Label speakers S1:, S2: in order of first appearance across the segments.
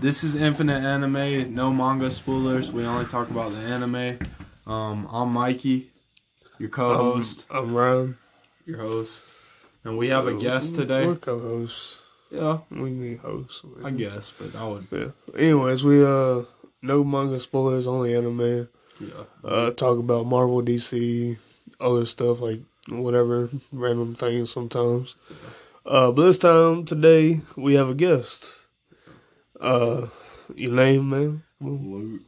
S1: this is Infinite Anime. No manga spoilers. We only talk about the anime. Um, I'm Mikey, your co-host.
S2: I'm Ryan.
S1: your host, and we have a
S2: uh,
S1: guest
S2: We're-
S1: today.
S2: We're co-hosts.
S1: Yeah,
S2: We need hosts.
S1: I guess, but I would.
S2: Yeah. Anyways, we uh no manga spoilers, only anime.
S1: Yeah,
S2: Uh, talk about Marvel, DC, other stuff like whatever random things sometimes. Uh, but this time today we have a guest. Uh, your name, man.
S1: Loot.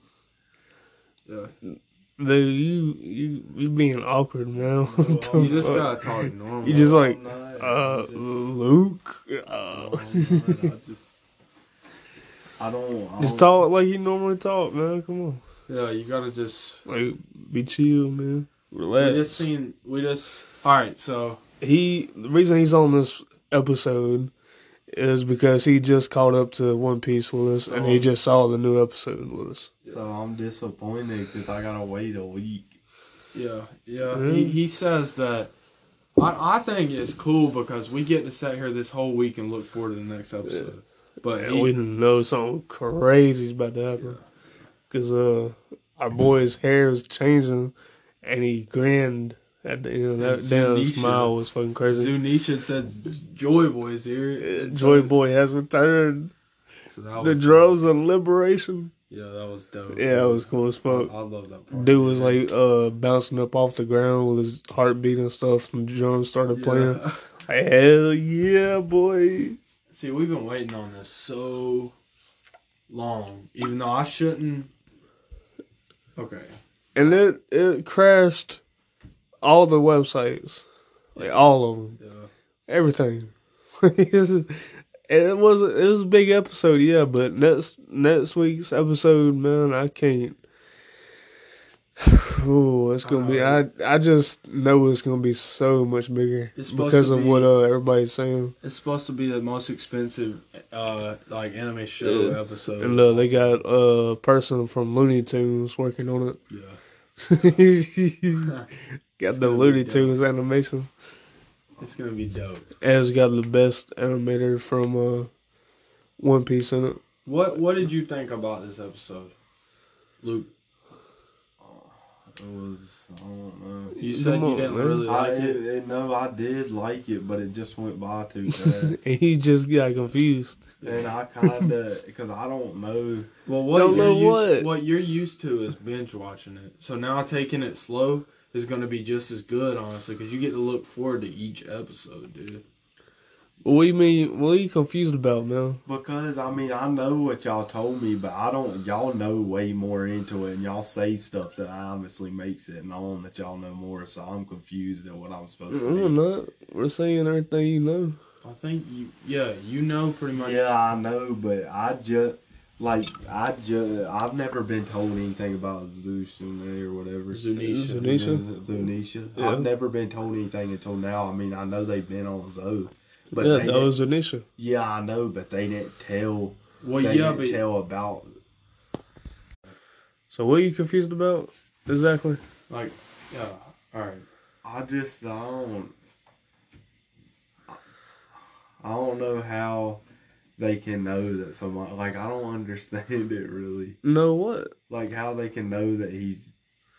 S1: Yeah,
S2: Dude, you you you being awkward now.
S1: you just gotta talk normal.
S2: You just like
S3: No,
S2: uh
S3: I just-
S2: Luke. Uh,
S3: no, I just- I don't. I
S2: just
S3: don't-
S2: talk like you normally talk, man. Come on,
S1: yeah, you gotta just.
S2: like be chill, man.
S1: We
S2: Relax.
S1: just seen. We just. All right, so
S2: he the reason he's on this episode is because he just caught up to One Piece with us, and he
S1: Oh.
S2: just saw the new episode with us.
S3: So I'm disappointed because I gotta wait a week.
S1: Yeah, yeah.
S2: Yeah.
S1: He, he says that. I, I think it's cool because we get to sit here this whole week and look forward to the next episode. But
S2: And
S1: he-
S2: we didn't know something crazy is about to happen because uh, our boy's hair is changing, and he grinned at the end. That
S1: And
S2: damn
S1: Zunisha-
S2: smile was fucking crazy.
S1: Zunisha said Joy Boy's here.
S2: Uh,
S1: and
S2: Joy
S1: so-
S2: Boy has returned.
S1: so that
S2: The
S1: was-
S2: drums of liberation.
S1: Yeah, that was dope.
S2: Yeah, it was cool as
S1: I,
S2: fuck.
S1: I love that part.
S2: Dude was like uh, bouncing up off the ground with his heartbeat and stuff, and the drums started
S1: Yeah.
S2: playing. Hell yeah, boy!
S1: See, we've been waiting on this so long, even though I shouldn't. Okay.
S2: And it it crashed all the websites, like all of them,
S1: Yeah.
S2: everything. and it was it was a big episode, yeah. But next next week's episode, man, I can't. Oh, it's gonna be. I I just know it's gonna be so much bigger
S1: It's supposed
S2: because
S1: to
S2: of
S1: be-
S2: what uh, everybody's saying.
S1: It's supposed to be the most expensive, uh, like anime show
S2: Yeah.
S1: episode.
S2: And uh, they got a person from Looney Tunes working on it.
S1: yeah.
S2: got
S1: gonna
S2: the
S1: be
S2: Looney
S1: dope.
S2: Tunes animation.
S1: It's gonna be dope.
S2: And it's got the best animator from uh, One Piece in it.
S1: What What did you think about this episode, Luke?
S3: It was. I don't know.
S1: You said
S2: Come
S1: you
S2: on,
S1: didn't
S2: man.
S1: really
S3: I
S1: like it.
S3: it- no, I did like it, but it just went by too fast.
S2: And he just got confused.
S3: and I kind of because I don't know.
S1: Well, what
S2: Don't
S1: you're
S2: know
S1: used,
S2: what.
S1: what you're used to is binge watching it. So now taking it slow is gonna be just as good, honestly, because you get to look forward to each episode, dude.
S2: What do you mean? What are you confused about, man?
S3: Because I mean I know what y'all told me, but I don't. Y'all know way more into it, and y'all say stuff that obviously makes it known that y'all know more. So I'm confused at what I'm supposed
S1: Mm-hmm.
S3: to.
S2: We're
S3: Be.
S2: not. We're saying everything you know.
S1: I think you, yeah, you know pretty much.
S3: Yeah, I know, but I just like I just I've never been told anything about Zushune or whatever.
S1: Zunisha.
S2: Zunisha?
S3: Zunisha.
S2: Yeah.
S3: I've never been told anything until now. I mean, I know they've been on Zoe, but
S2: yeah,
S3: they
S2: that was Anisha.
S3: didn't- yeah, I know, but they didn't tell.
S1: Well,
S3: they
S1: yeah,
S3: didn't
S1: but
S3: tell about.
S2: So what are you confused about? Exactly.
S1: like, yeah, all right.
S3: I just I don't. I don't know how they can know that someone like I don't understand it really.
S2: No, what?
S3: like how they can know that he,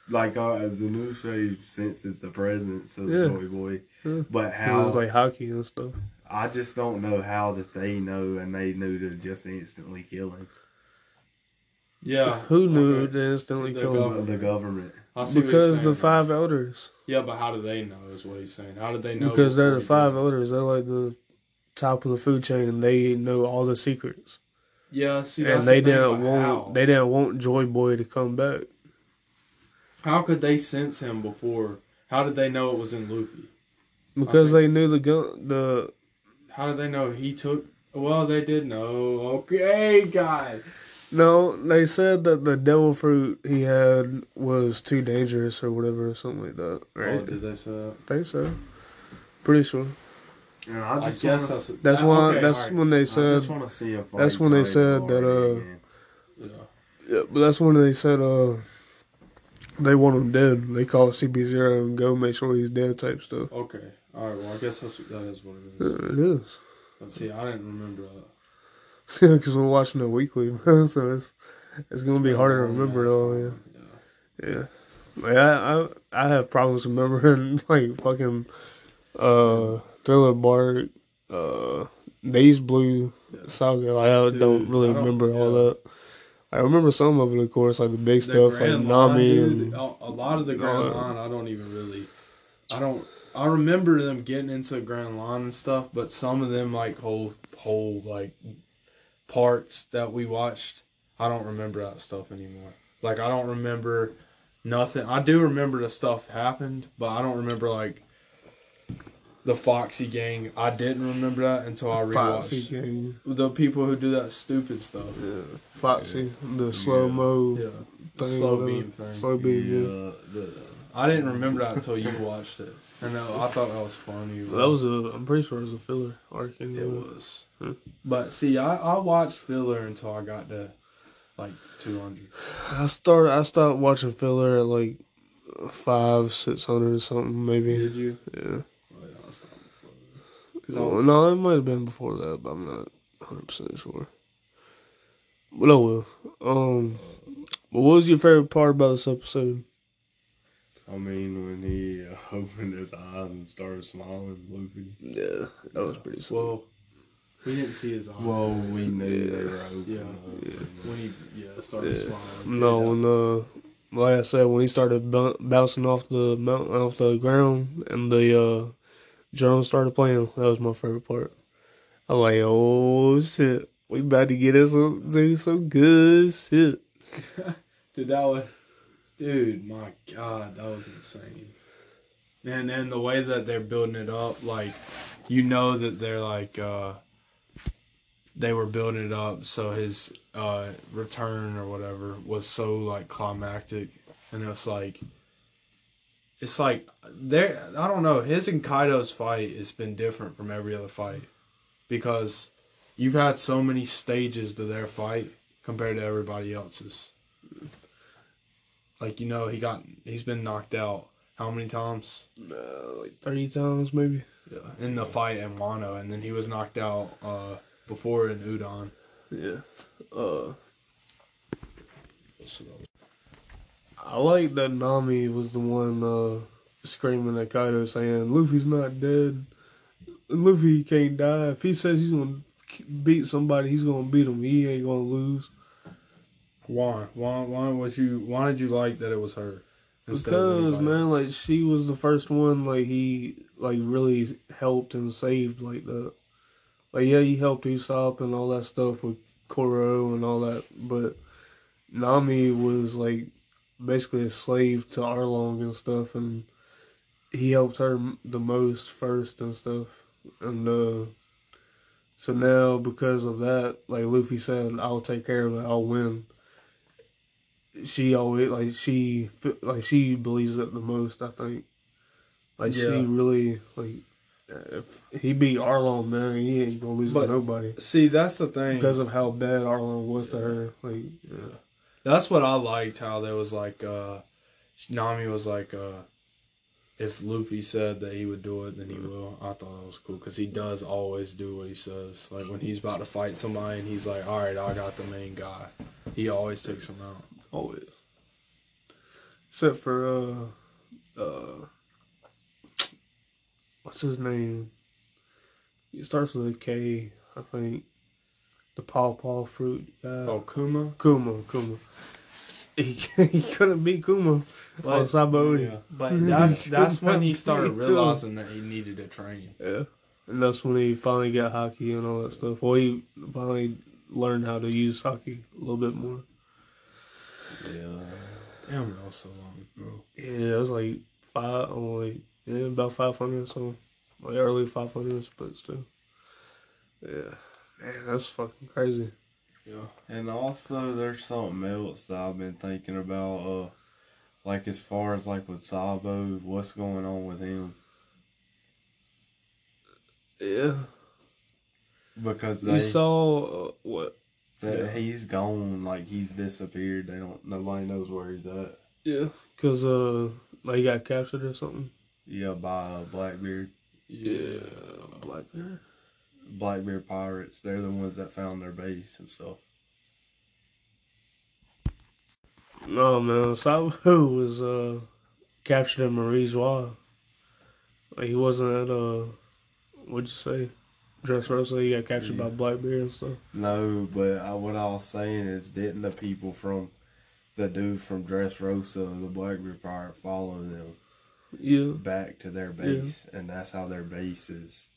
S3: like uh, Zanusha senses the presence of
S2: Yeah.
S3: the Joy Boy,
S2: Yeah.
S3: but how
S2: This is like hockey and stuff.
S3: I just don't know how that they know and they knew to just instantly kill him.
S1: Yeah,
S2: Who knew
S1: okay.
S2: they instantly
S1: The
S2: killed
S1: government.
S2: him?
S3: The government.
S1: I see what you're
S2: Because
S1: saying,
S2: the
S1: man.
S2: five elders.
S1: Yeah, but how do they know? Is what he's saying. How do they know?
S2: Because they're the
S1: before
S2: five
S1: they do?
S2: elders. They're like the top of the food chain. They know all the secrets,
S1: Yeah, see, that's
S2: and they
S1: the thing,
S2: didn't
S1: but
S2: want
S1: how?
S2: they didn't want Joy Boy to come back.
S1: How could they sense him before? How did they know it was in Luffy?
S2: Because they knew the gun, the
S1: How did they know he took? Well, they did know. Okay, guys.
S2: no, they said that the devil fruit he had was too dangerous or whatever or something like that. Right?
S1: Oh, did they say? that?
S2: I think so. Pretty sure.
S3: And
S1: I,
S3: I just
S1: guess
S3: wanna,
S1: that's.
S2: That's
S1: that-
S2: why.
S1: Ah, okay,
S2: that's
S1: alright.
S2: when they
S3: I
S2: said.
S3: just want to see if
S2: that's
S3: like,
S2: when they
S3: Joy
S2: said
S3: Boy
S2: that, uh,
S3: again.
S1: Yeah.
S2: Yeah, but that's when they said. uh They want him dead. They call CP Zero and go make sure he's dead type stuff.
S1: Okay. All right. Well, I uh, guess that's that is what it is.
S2: Yeah, It is.
S1: Let's see. I didn't remember that.
S2: because we're watching it weekly, bro. So it's it's gonna be harder to remember it all. Yeah, yeah. Like I, I I have problems remembering like fucking uh Thriller Bark, uh Days Blue Saga. Like I
S1: Dude,
S2: don't really
S1: I don't-
S2: remember all
S1: yeah.
S2: that. I remember some of it, of course, like the big
S1: The
S2: stuff, like
S1: Grand
S2: Nami.
S1: Line,
S2: and,
S1: dude, a, a lot of the Grand
S2: all that.
S1: Line, I don't even really. I don't. I remember them getting into the Grand Line and stuff, but some of them like whole whole like parts that we watched, I don't remember that stuff anymore. Like I don't remember nothing. I do remember the stuff happened, but I don't remember like the Foxy Gang. I didn't remember that until I
S2: Foxy
S1: rewatched
S2: King,
S1: the people who do that stupid stuff.
S2: yeah, Foxy, the slow mo
S1: Yeah, the
S2: thing,
S1: slow
S2: whatever.
S1: beam thing.
S2: slow beam. Yeah.
S3: the-
S1: I didn't remember that until you watched it. And I, I thought that was funny.
S2: That was a. I'm pretty sure it was a filler arc.
S1: it
S2: Anyway.
S1: was.
S2: Hmm.
S1: But see, I, I watched filler until I got to like 200.
S2: I started. I stopped watching filler at like five, six hundred or something, maybe.
S1: Did you?
S2: Yeah.
S1: Oh, Because I
S2: No,
S1: was,
S2: no, it might have been before that, but I'm not 100 percent sure. But I will. Um, but what was your favorite part about this episode?
S3: I mean, when he uh, opened his eyes and started smiling, Luffy.
S2: Yeah, that was pretty. slow.
S1: well, we didn't see his eyes.
S3: Well,
S1: did
S3: we knew they were open.
S1: Yeah.
S3: up, and-
S1: When he yeah started
S2: Yeah.
S1: smiling.
S2: No, when uh, like I said, when he started bou- bouncing off the mountain, off the ground, and the uh, drums started playing, that was my favorite part. I'm like, oh shit, we about to get us some, do some good shit.
S1: Dude, that was, dude, my God, that was insane. And then the way that they're building it up, like, you know that they're like, uh, they were building it up so his uh, return or whatever was so like climactic, and it's like, it's like there. I don't know. His and Kaido's fight has been different from every other fight because you've had so many stages to their fight compared to everybody else's like you know he got he's been knocked out how many times
S2: Uh, like thirty times maybe.
S1: yeah. in the fight in Wano, and then he was knocked out uh, before in Udon.
S2: Yeah. Uh,
S1: So,
S2: I like that Nami was the one uh screaming at Kaido saying Luffy's not dead. Luffy can't die. If he says he's gonna k- beat somebody, he's gonna beat him. He ain't gonna lose.
S1: why why why was you why did you like that it was her? instead of
S2: Because
S1: anybody
S2: man,
S1: else?
S2: like she was the first one like he like really helped and saved like that. Like yeah, he helped Usopp and all that stuff with Koro and all that, but Nami was like basically a slave to Arlong and stuff, and he helped her m- the most first and stuff, and uh, so now because of that, like Luffy said, I'll take care of it. I'll win she always like she fe- like she believes it the most. I think like
S1: Yeah.
S2: she really like if he beat Arlong, man, he ain't gonna lose
S1: But-
S2: to nobody
S1: see that's the thing
S2: because of how bad Arlong was to her. Like yeah,
S1: That's what I liked how there was like uh Nami was like uh if Luffy said that he would do it then he will. I thought that was cool cuz he does always do what he says. Like when he's about to fight somebody and he's like, "All right, I got the main guy." He always takes him out.
S2: always. Except for uh, uh, what's his name? It starts with a K, I think. The pawpaw fruit guy.
S1: Oh, Kuma?
S2: Kuma, Kuma. He, he couldn't beat Kuma.
S1: But-
S2: on Sabaody.
S1: Yeah. But that's that's when he started realizing that he needed to train.
S2: Yeah. And that's when he finally got hockey and all that stuff. Well, he finally learned how to use hockey a little bit more.
S3: Yeah.
S1: Damn, that was so long, bro.
S2: Yeah, it was like five, oh, like, yeah, about 500 or something. Like early 500s, but still. Yeah. Man, that's fucking crazy.
S1: Yeah.
S3: And also, there's something else that I've been thinking about. Uh, like as far as like with Sabo, what's going on with him?
S2: Yeah.
S3: Because
S2: You
S3: they,
S2: saw uh, what?
S3: that
S1: yeah.
S3: he's gone, like he's disappeared. They don't. Nobody knows where he's at.
S2: Yeah. Because, uh, like, he got captured or something.
S3: Yeah, by uh, Blackbeard.
S1: Yeah.
S2: Blackbeard.
S3: Blackbeard Pirates. They're the ones that found their base and stuff.
S2: No man, Sabu was uh, captured at Marie's Wild. Like he wasn't at uh, what'd you say, Dressrosa? He got captured
S3: Yeah.
S2: by Blackbeard and stuff.
S3: No, but I, what I was saying is, didn't the people from the dude from Dressrosa, the Blackbeard Pirate, follow them
S2: Yeah,
S3: back to their base, and that's how their base is?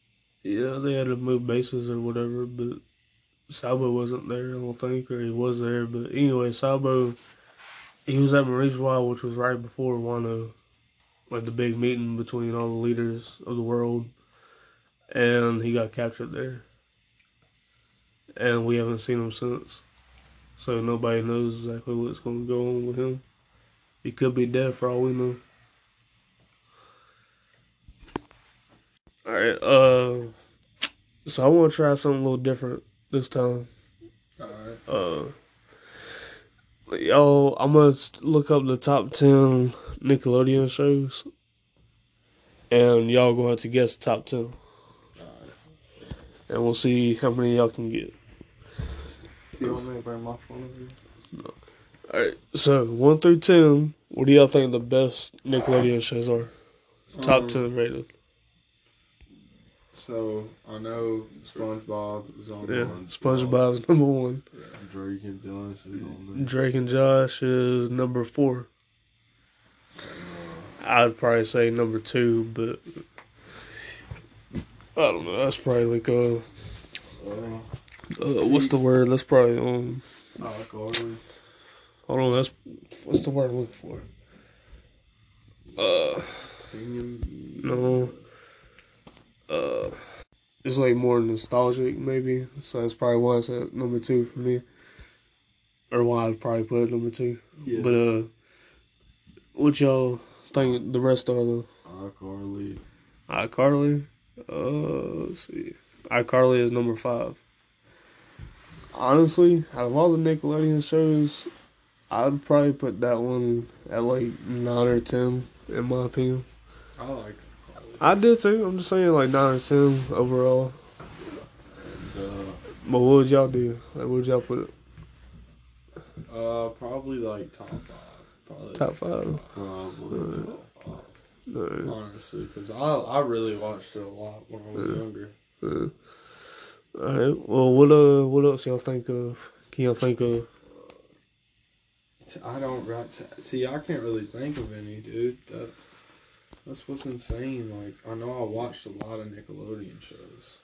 S2: yeah, they had to move bases or whatever, but Sabo wasn't there. I don't think, or he was there, but anyway, Sabo, he was at Marie's Wild, which was right before Wano, like the big meeting between all the leaders of the world, and he got captured there. And we haven't seen him since, so nobody knows exactly what's going to go on with him. He could be dead for all we know. All right, uh, so I want to try something a little different this time
S1: Alright.
S2: uh yo i'm gonna s- look up the top 10 nickelodeon shows and y'all gonna have to guess the top 10 and we'll see how many y'all can get
S1: You want me to bring my phone over here?
S2: all right so 1 through 10 what do y'all think the best nickelodeon shows are top
S1: Um,
S2: 10 rated
S1: So I know SpongeBob is on
S2: yeah
S1: one.
S2: spongebob's number one
S3: Drake and Josh is on
S2: drake and josh is number four i'd probably say number two but i don't know that's probably like uh
S3: there.
S2: Uh, what's the word? That's probably um.
S1: Oh, Gordon.
S2: Hold on, that's what's the word I'm looking for? Uh,
S1: Premium.
S2: no. Uh, it's like more nostalgic, maybe. So that's probably why it's at number two for me, or why I'd probably put it number two.
S3: Yeah.
S2: But uh, what y'all think the rest are though?
S3: iCarly.
S2: iCarly. Uh, let's see. iCarly is number five. Honestly, out of all the Nickelodeon shows, I'd probably put that one at like nine or ten, in my opinion.
S1: I like.
S2: I did too. I'm just saying like nine or ten overall.
S3: Uh,
S2: But what would y'all do? Like, what would y'all put it?
S1: Uh, probably like top five. Probably
S2: Top five?
S3: probably.
S1: top five.
S2: No.
S1: Honestly, because I I really watched it a lot when I was younger.
S2: Uh, all right. Well, what uh, what else y'all think of? Can y'all think of?
S1: T- I don't write. t- See, I can't really think of any, dude. That, that's what's insane. Like, I know I watched a lot of Nickelodeon shows,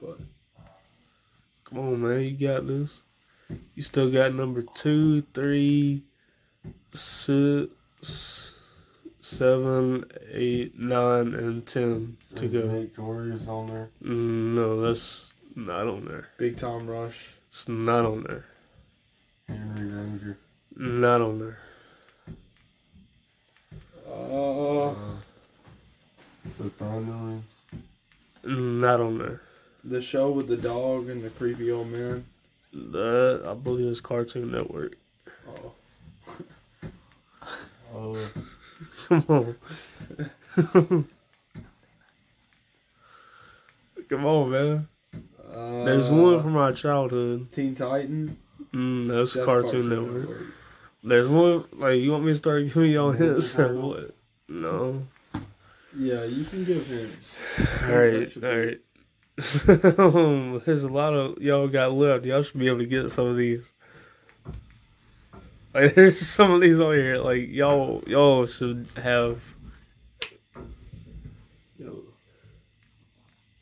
S1: but
S2: Come on, man, you got this. You still got number two, three, six, seven, eight, nine, and ten to go.
S3: Victoria's on there.
S2: Mm, No, that's not on there.
S1: Big Time Rush,
S2: It's not on there.
S3: Henry Danger.
S2: Not on there.
S1: uh,
S3: Uh, the Thunderings.
S2: Not on there.
S1: the show with the dog and the creepy old man.
S2: That I believe is Cartoon Network.
S1: Oh,
S3: Oh,
S2: Come on. Come on, man.
S1: uh,
S2: There's one from my childhood.
S1: Teen Titan.
S2: Mm, that's,
S1: That's
S2: Cartoon Network. There's one like you want me to start giving y'all hints or
S3: House?
S2: what? No.
S1: Yeah, you can give hints.
S2: All right, all right. There's a lot of y'all got left. Y'all should be able to get some of these. Like there's some of these on here. Like y'all, y'all should have.
S1: Yo,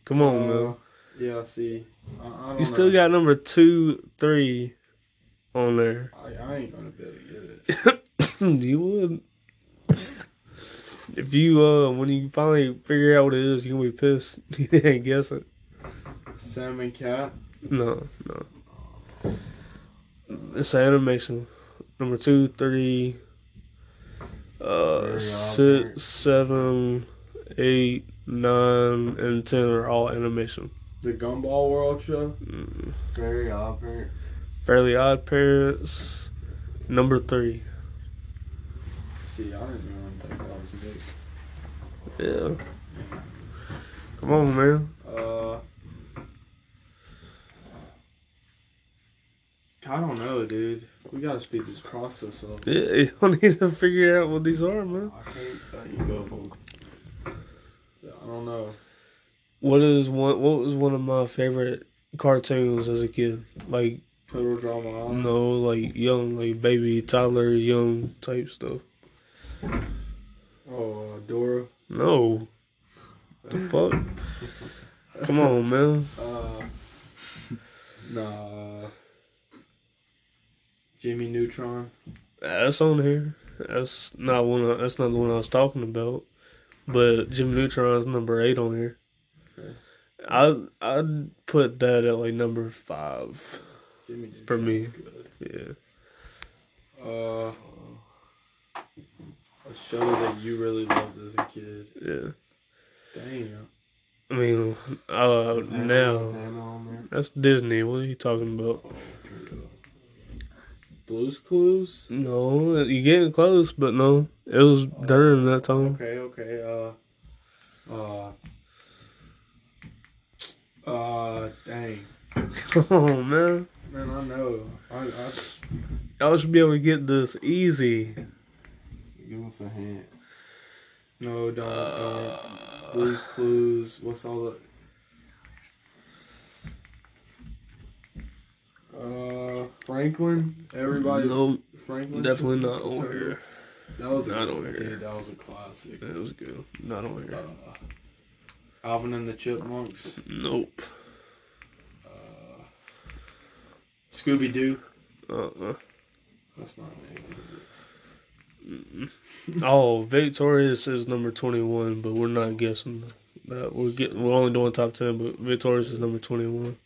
S2: Come on,
S1: uh,
S2: man.
S1: Yeah, see, I, I don't
S2: You still
S1: know.
S2: got number two, three, on there.
S1: I, I ain't gonna be able to get it.
S2: you would. If you uh, when you finally figure out what it is, you gonna be pissed. you didn't guess it.
S1: Salmon Cat.
S2: No, no. It's an animation. Number two, three,
S3: Very
S2: uh,
S3: odd parent.
S2: six, seven, eight, nine, and ten are all animation.
S1: The Gumball World Show.
S2: Mm.
S3: very odd parents.
S2: Fairly Odd Parents, number three.
S1: See, I didn't even think that was Nick.
S2: Yeah. Come on, man.
S1: Uh, I don't know, dude. We gotta speed this process up.
S2: Yeah, I need to figure out what these are, man.
S1: I can't think of them. I don't know.
S2: What is one? What was one of my favorite cartoons as a kid? Like
S1: Total drama. Island.
S2: no, like young, like baby toddler, young type stuff.
S1: Oh, uh, Dora.
S2: No, the fuck. Come on, man.
S1: Uh, nah. uh, Jimmy Neutron.
S2: That's on here. That's not one. I, that's not the one I was talking about. But Jim Neutron's number eight on here. I I'd put that at like number five.
S1: Jimmy
S2: For me.
S1: Neutron's Good.
S2: Yeah.
S1: Uh, a show that you really loved as a kid.
S2: Yeah.
S1: Damn.
S2: I mean, uh,
S3: Is Anna- is
S2: now
S3: Anna on there?
S2: that's Disney. What are you talking about?
S1: Blues Clues.
S2: No, you getting close, but no, it was during that time.
S1: Okay, okay. Uh, uh, uh, dang.
S2: Come on, man.
S1: Man, I know. I, I,
S2: Y'all should be able to get this easy.
S3: Give us a hint.
S1: no, don't. don't. Blues Clues. What's all the. Uh, Franklin. Everybody.
S2: no,
S1: Franklin.
S2: definitely not on here.
S1: That was a
S2: Not
S1: good
S2: on here.
S1: dude, That was a classic.
S2: It was good. Not on
S1: Uh,
S2: here.
S1: Alvin and the Chipmunks. uh,
S2: Nope.
S1: Scooby Doo.
S2: Uh-uh.
S1: That's not it. is it?
S2: Oh, Victorious is number twenty-one, but we're not guessing that. We're get, we're only doing top ten, but Victorious is number twenty-one.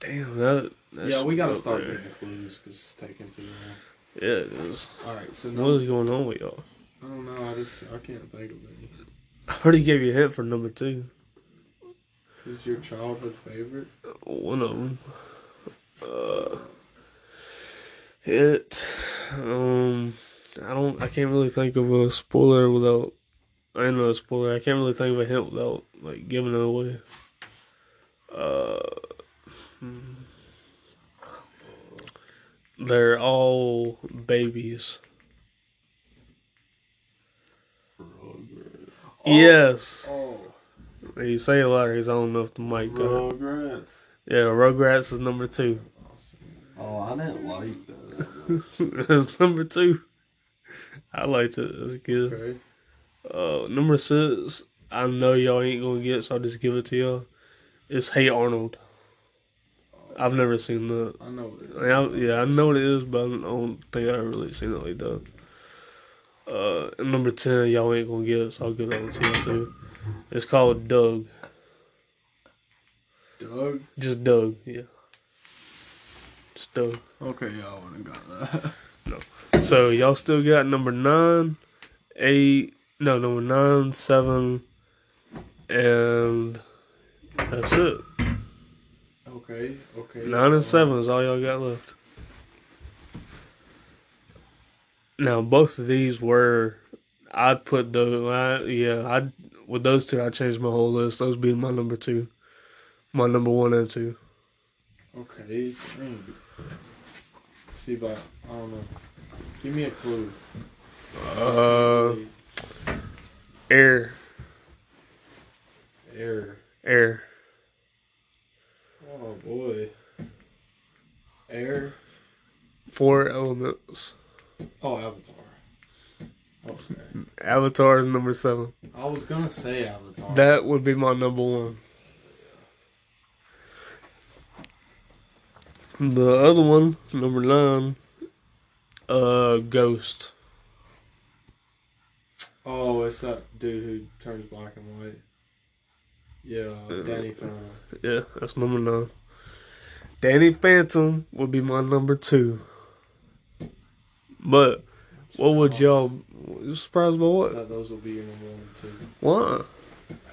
S2: Damn that. That's
S1: yeah, we gotta
S2: up
S1: start
S2: there.
S1: getting clues because it's taking too long.
S2: Yeah, it is.
S1: All right, so
S2: What
S1: no,
S2: is going on with y'all?
S1: I don't know. I just I can't think of any.
S2: I already gave you a hint for number two.
S1: Is your childhood favorite?
S2: One of them. Uh, it. Um, I don't. I can't really think of a spoiler without. I ain't know a spoiler. I can't really think of a hint without like giving it away. Uh, hmm. they're all babies.
S3: Rugrats.
S2: Yes,
S1: Oh,
S2: you say a lot. Cause I don't know if the mic. Got it.
S3: Rugrats.
S2: Yeah, Rugrats is number two.
S3: Oh, I didn't like that.
S2: That's number two. I liked it. That's good.
S1: okay.
S2: Uh, number six. I know y'all ain't gonna get, it, so I'll just give it to y'all. It's Hey Arnold. I've never seen that.
S1: I know. It.
S2: I mean, I- yeah, I know what it is, but I don't think I really seen it like that. Uh, and number ten, y'all ain't gonna get, it, so I'll give that one to you too. It's called Doug.
S1: Doug.
S2: Just Doug. Yeah. Just Doug.
S1: Okay, yeah, I wouldn't got that.
S2: So y'all still got number nine, eight, no, number nine, seven, and that's it.
S1: okay, okay.
S2: Nine and seven is all y'all got left. Now both of these were, I put the, I, yeah, I with those two I changed my whole list. Those being my number two, my number one and two.
S1: Okay. dang. See, but I don't know. Give me a clue.
S2: Uh, air,
S1: Air.
S2: air.
S1: Oh boy. Air.
S2: Four elements.
S1: Oh, Avatar. Okay.
S2: Avatar is number seven.
S1: I was gonna say Avatar.
S2: That would be my number one. The other one, number nine, uh, Ghost.
S1: oh, it's that dude who turns black and white. Yeah, uh,
S2: Uh,
S1: Danny Phantom.
S2: Yeah, that's number nine. Danny Phantom would be my number two. But what would y'all you surprised by?
S1: Oh, I
S2: What?
S1: thought those will be your number one and two.
S2: Why?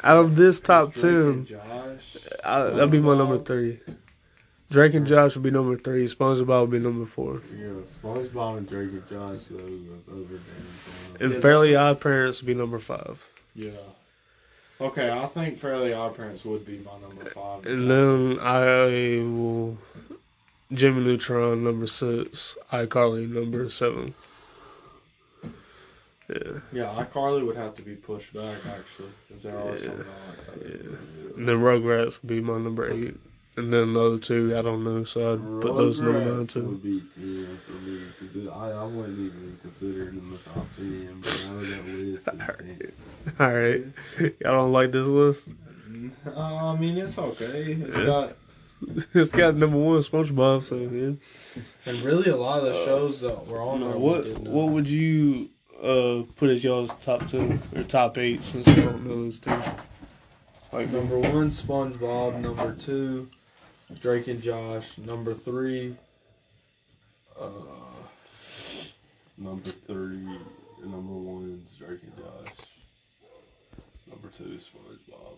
S2: Out of this top
S1: Drake and
S2: ten,
S1: Josh.
S2: I, that'd be my number three. Drake and Josh would be number three. SpongeBob would be number four.
S3: Yeah, SpongeBob and Drake and Josh though was over there.
S2: And Fairly Odd Parents would be number five.
S1: Yeah. Okay, I think Fairly Odd Parents would be my number five.
S2: And then I will Jimmy Neutron number six, iCarly number seven. Yeah.
S1: Yeah, iCarly would have to be pushed back actually, because there are some not like that.
S2: And then Rugrats would be my number eight. And then the other two, I don't know, so I'd put those number nine
S3: Rugrats
S2: too.
S3: would be ten for me 'cause it- I, I wouldn't even consider it in the top ten, but I know that list is ten.
S2: All right. Y'all don't like this list?
S1: Uh, I mean, it's okay. It's
S2: Yeah.
S1: got
S2: it's got number one SpongeBob, so yeah.
S1: and really a lot of the shows that were on there.
S2: what
S1: did not.
S2: what would you uh put as y'all's top two or top eight since you don't know those two? Like
S1: Number one, SpongeBob. Number two, Drake and Josh. Number three, uh,
S3: Number three, number one is Drake and Josh. Number two is SpongeBob.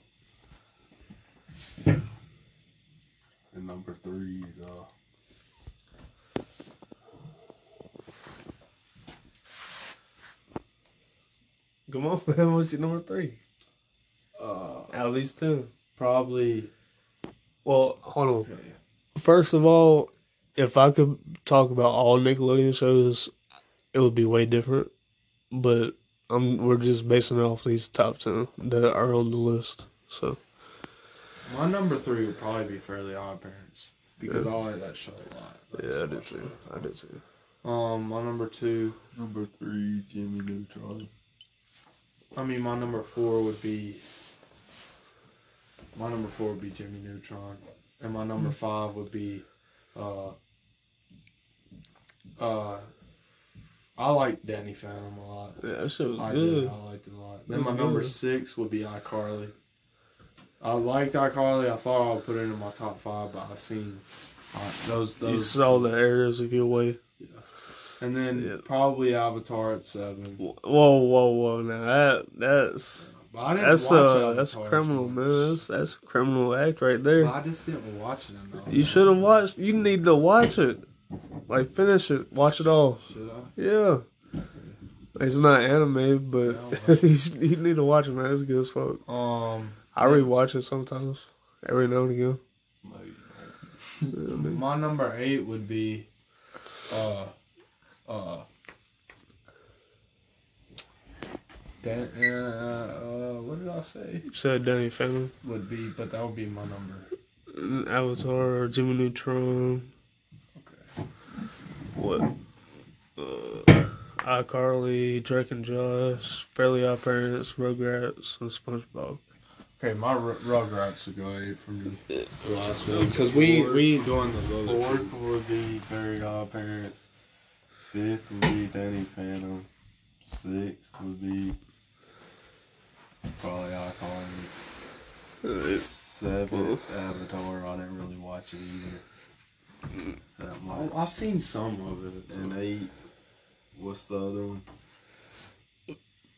S3: And number three is uh,
S2: come on, man, what's your number three?
S1: uh,
S2: At least two.
S1: probably.
S2: Well, hold on. First of all, if I could talk about all Nickelodeon shows, it would be way different. But I'm we're just basing it off these top ten that are on the list. So
S1: My number three would probably be Fairly Odd Parents because I like that show a lot. That's so much fun.
S2: I did too.
S1: Um, my number two.
S3: number three, Jimmy Neutron.
S1: I mean, my number four would be. My number four would be Jimmy Neutron, and my
S2: Mm.
S1: number five would be, uh, uh, I like Danny Phantom a lot.
S2: Yeah, that shit was
S1: I did.
S2: good.
S1: I liked it a lot.
S2: It
S1: Then
S2: was
S1: my number
S2: good.
S1: six would be iCarly. I liked iCarly. I thought I would put it in my top five, but I seen uh, those
S2: You
S1: those,
S2: saw the errors of your way.
S1: and then
S2: Yeah.
S1: probably Avatar at seven.
S2: Whoa, whoa, whoa! Now that that's
S1: But I didn't
S2: that's
S1: watch
S2: uh that's
S1: Avatar as
S2: criminal,
S1: much.
S2: man. That's that's a criminal act right
S1: But
S2: there.
S1: I just didn't watch it enough.
S2: You should have watched. You need to watch it, like finish it, watch it all.
S1: Should I?
S2: Yeah, it's not anime, but you, sh- you need to watch it, man. It's good as fuck.
S1: Um,
S2: I rewatch it sometimes, every now and again.
S3: No, you don't.
S2: Yeah, I mean,
S1: my number eight would be, uh, uh, Dan, uh, uh, what did I say?
S2: you said Danny Phantom,
S1: Would be, but that would be my number.
S2: Avatar, Jimmy Neutron,
S1: Okay.
S2: what? Uh, iCarly, Drake and Josh, Fairly Odd Parents, Rugrats, and SpongeBob.
S1: Okay, my r- Rugrats would go eight for me. Last one, because we we ain't doing those other.
S3: Fourth would be Fairy Odd Parents. Fifth would be Danny Phantom. Sixth would be probably Icon. Seventh Avatar. I didn't really watch it either. That
S1: I-
S3: much.
S1: I've seen some of it.
S3: And
S1: And
S3: eight. What's the other one?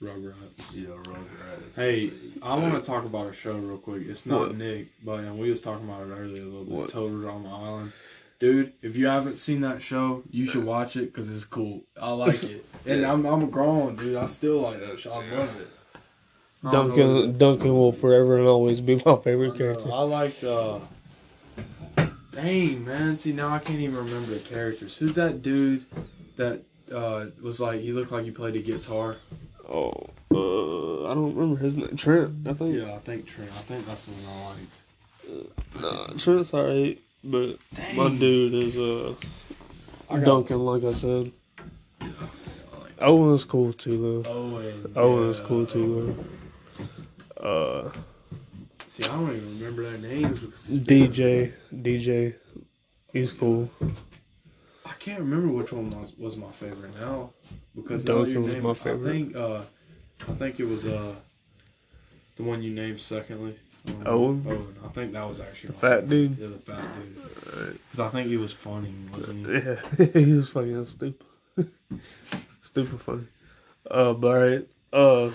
S1: Rugrats.
S3: Yeah, Rugrats.
S1: Hey, I want to talk about a show real quick. It's not Nick, but and we was talking about it earlier a little bit.
S2: What?
S1: Total Drama Island, dude. If you haven't seen that show, you should watch it because it's cool. I like it, and I'm I'm grown, dude. I still like that show. I love it. I don't know.
S2: Duncan Duncan will forever and always be my favorite
S1: I,
S2: character.
S1: know. I liked. uh Dang man, see now I can't even remember the characters. Who's that dude that uh was like he looked like he played a guitar?
S2: Oh, uh, I don't remember his name. Trent, I think.
S1: Oh, Yeah, I think Trent. I think that's the one I liked.
S2: Nah, Trent's alright, but my
S1: Dang.
S2: dude is uh
S1: I got-
S2: Duncan, like I said.
S1: I liked
S2: Owen's cool too, though.
S1: Owen.
S2: Owen's
S1: Oh, yeah.
S2: Oh, cool too, though. Uh,
S1: See, I don't even remember their names because it's been-
S2: DJ, DJ, he's cool.
S1: I can't remember which one was, was my favorite now because
S2: Duncan
S1: now that
S2: was
S1: you named-
S2: my favorite.
S1: I think uh, I think it was uh the one you named secondly. Um,
S2: Owen?
S1: Owen. I think that was actually my
S2: Fat
S1: favorite.
S2: dude.
S1: Yeah, the fat dude. Because I think he was funny, wasn't he?
S2: Yeah, he was fucking stupid. stupid funny. Uh, but alright. Uh,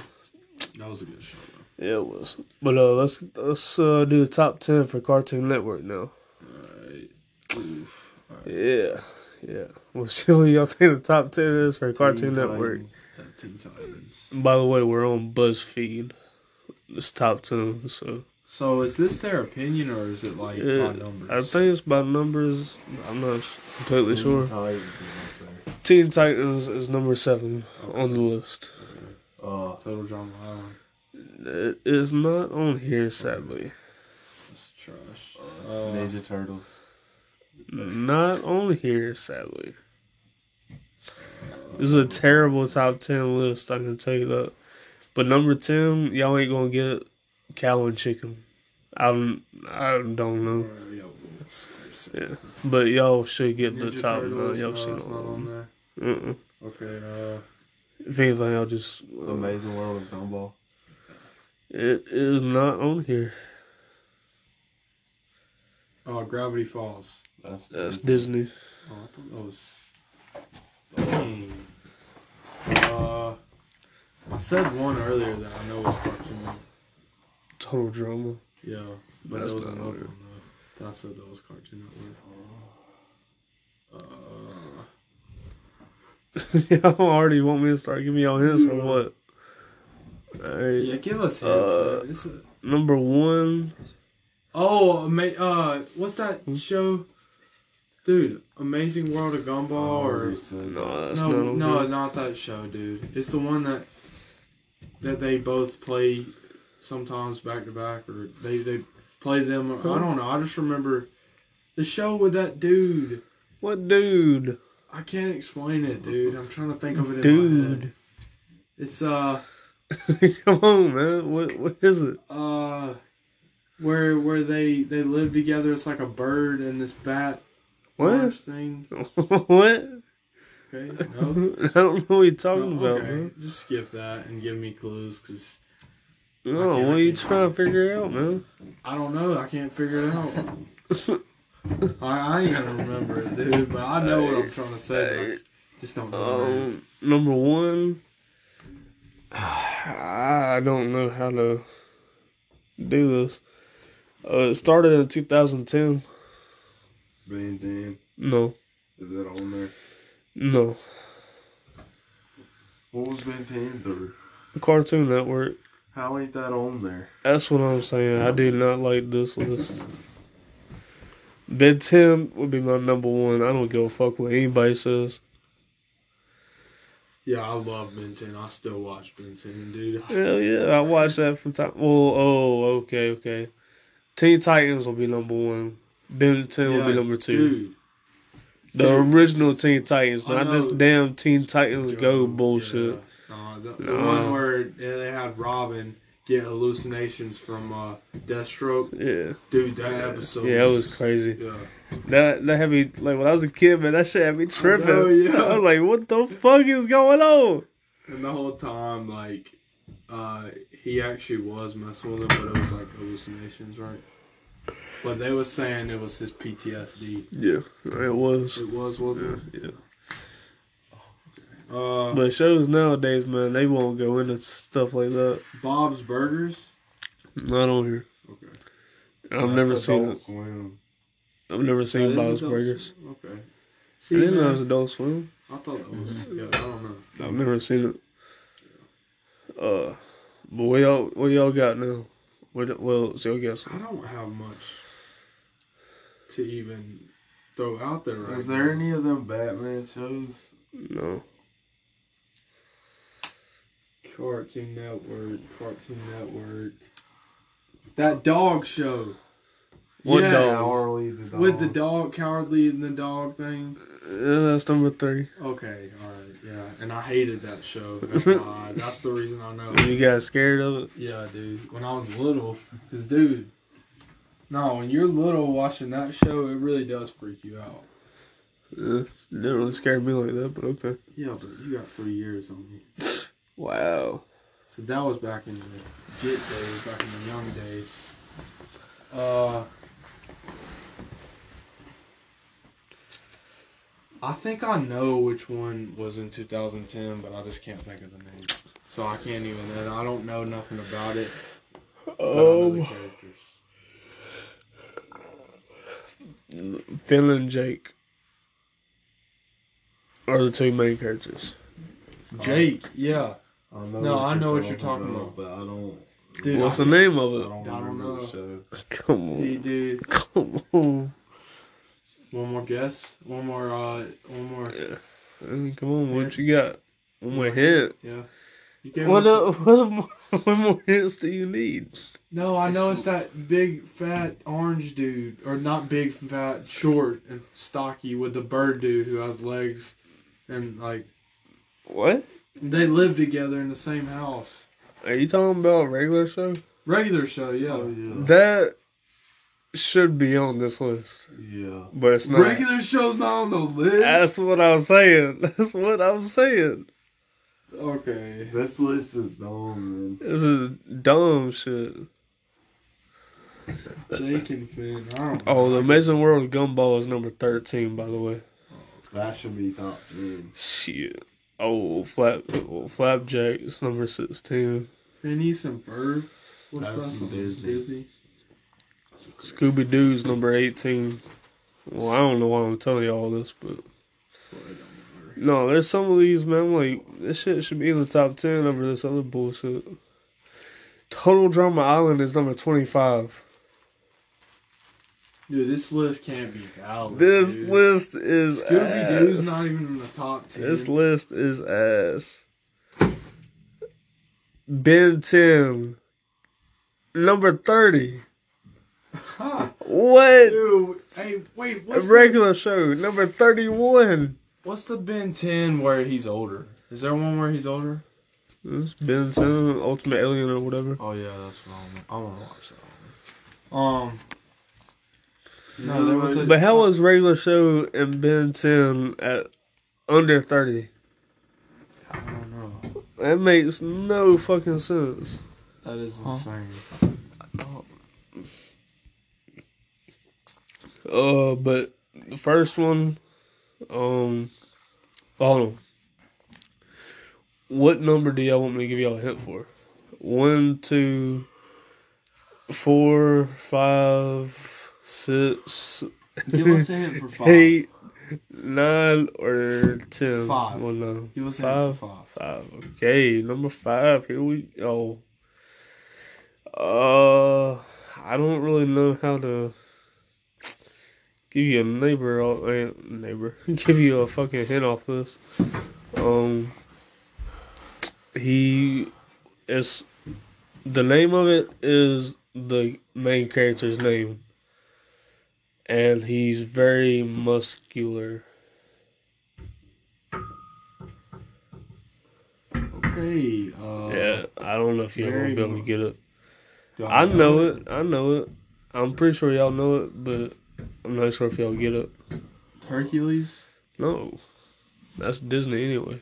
S1: That was a good show.
S2: Yeah, it was. But uh, let's let's uh, do the top ten for Cartoon Network now.
S1: Alright. Oof.
S2: Yeah, yeah. We'll see what y'all think the top ten is for Cartoon
S3: Teen
S2: Network.
S3: Titans.
S1: That Teen Titans.
S2: By the way, we're on BuzzFeed. It's top ten, so
S1: So is this their opinion or is it like
S2: Yeah,
S1: by numbers?
S2: I think it's by numbers. I'm not completely sure.
S3: Oh, it's up there.
S2: Teen Titans is number seven on the list.
S3: Uh,
S1: Total Drama Island.
S2: It is not on here, sadly.
S1: That's trash. Uh,
S3: Ninja Turtles.
S2: Not on here, sadly. This is a terrible top ten list. I can tell you that. But number ten, y'all ain't gonna get cow and chicken. I don't, I don't know,
S1: yeah, well, it's-
S2: but y'all should get the
S1: Ninja
S2: top.
S1: Turtles,
S2: nine. Y'all
S1: no,
S2: seen
S1: it's
S2: all
S1: not
S2: of
S1: on
S2: them.
S1: there.
S2: Mm-mm.
S1: Okay, uh,
S2: If anything, I'll just. Uh,
S3: Amazing World of Gumball.
S2: it is not on here.
S1: oh, Gravity Falls.
S3: That's,
S2: That's Disney.
S1: Oh, I thought that was. Dang. Uh, I said one earlier that I know was cartoon.
S2: Total drama.
S1: Yeah, but
S2: That's
S1: that was
S2: not
S1: another one
S2: it.
S1: though. That I said that was cartoon network. Uh,
S2: y'all already want me to start giving y'all hints or what? Alright.
S1: yeah, give us hints.
S2: Uh,
S1: man. It's a-
S2: Number one.
S1: oh, ama- uh, what's that
S2: Hmm?
S1: show? Dude, Amazing World of Gumball or
S2: No, that's not
S1: no,
S2: on
S1: no,
S2: here.
S1: not that show, dude. It's the one that that they both play sometimes back to back, or they they play them. I don't know. I just remember the show with that dude.
S2: What dude?
S1: I can't explain it, dude. I'm trying to think of it. In my head.
S2: Dude.
S1: it's uh
S2: Come on, man. What what is it?
S1: uh where where they they live together. It's like a bird and this bat.
S2: What?
S1: orange thing?
S2: what?
S1: Okay,
S2: I
S1: no.
S2: don't know what you're talking
S1: No,
S2: about,
S1: okay,
S2: man.
S1: just skip that and give me clues, cause
S2: No,
S1: I can't-
S2: what
S1: I
S2: are you
S1: can't.
S2: trying to figure out, man?
S1: I don't know. I can't figure it out. I, I ain't gonna remember it, dude. But I know what I'm trying to say. but I just don't know.
S2: Um, number one. I don't know how to do this. Uh, it started in 2010.
S3: Ben 10.
S2: No,
S3: Is that on there?
S2: no.
S3: What was Ben 10 through?
S2: Cartoon Network.
S3: How ain't that on there?
S2: That's what I'm saying. I do not like this list. Ben 10 would be my number one. I don't give a fuck what anybody says.
S1: Yeah, I love Ben 10. I still watch Ben 10, dude.
S2: Hell yeah, I watch that from time. Well, oh, okay, okay. Teen Titans will be number one. Ben 10 will be
S1: Yeah,
S2: number two.
S1: Dude,
S2: the
S1: dude.
S2: original Teen Titans,
S1: I
S2: not this
S1: know.
S2: damn Teen Titans Go
S1: Yeah.
S2: bullshit.
S1: Nah, the, the
S2: Nah.
S1: one where yeah, they had Robin get hallucinations from uh, Deathstroke.
S2: Yeah,
S1: Dude, that episode.
S2: yeah, that was crazy.
S1: Yeah.
S2: That that had me like when I was a kid, man. That shit had me tripping. I,
S1: know, yeah.
S2: was like, what the fuck is going on?
S1: And the whole time, like, uh, he actually was messing with him, but it was like hallucinations, right? But they were saying it was his PTSD.
S2: Yeah, it was.
S1: It was, wasn't
S2: Yeah.
S1: it? Uh,
S2: But shows nowadays, man, they won't go into stuff like that.
S1: Bob's Burgers.
S2: Not on here.
S1: Okay.
S2: I've never seen it.
S3: Swim.
S2: I've never
S1: That
S2: seen
S1: is
S2: Bob's
S1: Adult
S2: Burgers.
S1: Swim. Okay.
S2: I
S1: See,
S2: didn't know it
S1: man,
S2: was Mm-hmm. Adult Swim.
S1: I thought that was. Yeah, I don't know.
S2: I've never seen it. Uh, but what y'all what y'all got now? What well, else y'all got?
S1: I don't have much to even throw out there right
S3: Is there
S1: now.
S3: any of them Batman shows?
S2: No.
S1: Cartoon Network, Cartoon Network. That dog show.
S2: What
S1: Yes.
S2: dog?
S3: Cowardly the dog.
S1: With the dog, cowardly and the dog thing.
S2: Yeah, that's number three.
S1: Okay, all right, yeah. And I hated that show. FYI. That's the reason I know.
S2: You got scared of it?
S1: Yeah, dude. When I was little, because dude, no, when you're little watching that show, it really does freak you out.
S2: Yeah, didn't really scare me like that, but okay.
S1: Yeah, but you got three years on you.
S2: Wow.
S1: So that was back in the jit days, back in the young days. Uh, I think I know which one was in 2010, but I just can't think of the name. So I can't even. And I don't know nothing about it. but I know the
S2: Um,
S1: characters.
S2: Finn and Jake are the two main characters.
S1: Jake, yeah.
S3: I know
S1: No, I know what
S3: talking
S1: you're talking about.
S3: but I don't
S1: Dude,
S2: What's the name of
S3: I
S2: it?
S3: don't,
S1: I don't
S3: remember the
S1: know.
S3: show.
S2: Come
S1: Hey,
S2: on,
S1: dude.
S2: come on,
S1: One more guess. One more. uh One more.
S2: Mm, come on. What you got? One more hint.
S1: Yeah. You gave
S2: What
S1: me
S2: uh, what more, what more hints do you need?
S1: No, I know it's that big fat orange dude, or not big fat, short and stocky with the bird dude who has legs, and like
S2: What
S1: they live together in the same house.
S2: are you talking about? Regular show?
S1: Regular show, yeah.
S3: Oh, yeah.
S2: That should be on this list,
S3: Yeah.
S2: but it's not.
S3: Regular show's not on the list.
S2: That's what I'm saying. That's what I'm saying.
S1: Okay.
S3: this list is dumb, man.
S2: This is dumb shit.
S1: Jake and Finn. I don't know.
S2: Oh, the Amazing World of Gumball is number thirteen, by the way.
S3: That should be top ten.
S2: Shit. Oh, flap, oh, flapjack is number sixteen.
S1: Finn East and Ferb. What's
S3: That's
S1: that?
S3: some
S1: something?
S3: Disney.
S1: Disney.
S2: Scooby Doo's number eighteen. Well, I don't know why I'm telling you all this, but no, there's some of these man. I'm like this shit should be in the top ten over this other bullshit. Total Drama Island is number twenty five.
S1: Dude, this list can't be valid.
S2: This
S1: dude.
S2: list is
S1: Scooby Doo's
S2: ass.
S1: not even in the top ten.
S2: This list is ass. Ben 10. Number 30.
S1: Ha,
S2: What?
S1: dude. Hey, wait.
S2: A
S1: What's the-
S2: regular show. Number 31.
S1: What's the Ben 10 where he's older? Is there one where he's older?
S2: It's Ben 10, Ultimate Alien or whatever.
S1: Oh yeah, that's what I want. I want to watch that. One. Um, no,
S3: No,
S1: there was a.
S2: But how was regular show and Ben 10 at under 30?
S1: I don't know.
S2: That makes no fucking sense.
S1: That is insane.
S2: Uh, but the first one, um, hold on. What number do y'all want me to give y'all a hint for? One, two, four, five, six,
S1: Give us a hint for five.
S2: eight, nine, or ten?
S1: Five.
S2: Well, no.
S1: Give us a hint
S2: Five.
S1: for five.
S2: Five. Okay, number five. Here we go. Uh, I don't really know how to give you a neighbor uh, neighbor. Give you a fucking hint off this. Um, he is the name of it is the main character's name, and he's very muscular.
S1: Okay. Uh,
S2: yeah, I don't know if you're gonna
S1: very
S2: be able to
S1: mu-
S2: get it.
S1: do
S2: I know it. I know it. I'm pretty sure y'all know it, but I'm not sure if y'all get it.
S1: Hercules.
S2: No, that's Disney anyway.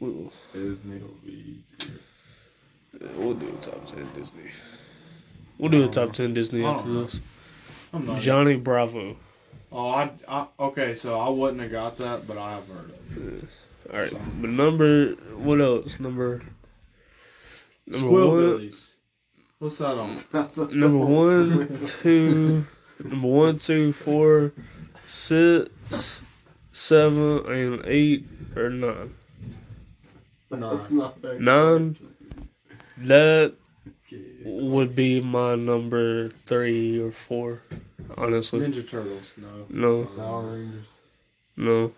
S2: We'll,
S3: Disney will be.
S2: we'll do a top ten Disney. We'll do a top ten Disney
S1: I don't
S2: after
S1: know.
S2: this.
S1: I'm not.
S2: Johnny Bravo.
S1: oh, I, I. Okay, so I wouldn't have got that, but I have heard of it.
S2: All right,
S1: Sorry.
S2: but number what else? Number number one.
S1: Squillbillies. What's that on?
S3: That's a
S2: Number one, two, number one, two, four, six, seven, and eight or nine.
S3: That's not that
S2: None. That
S3: good.
S2: would be my number three or four, honestly.
S1: Ninja Turtles. No.
S2: No,
S3: Power Rangers.
S2: no.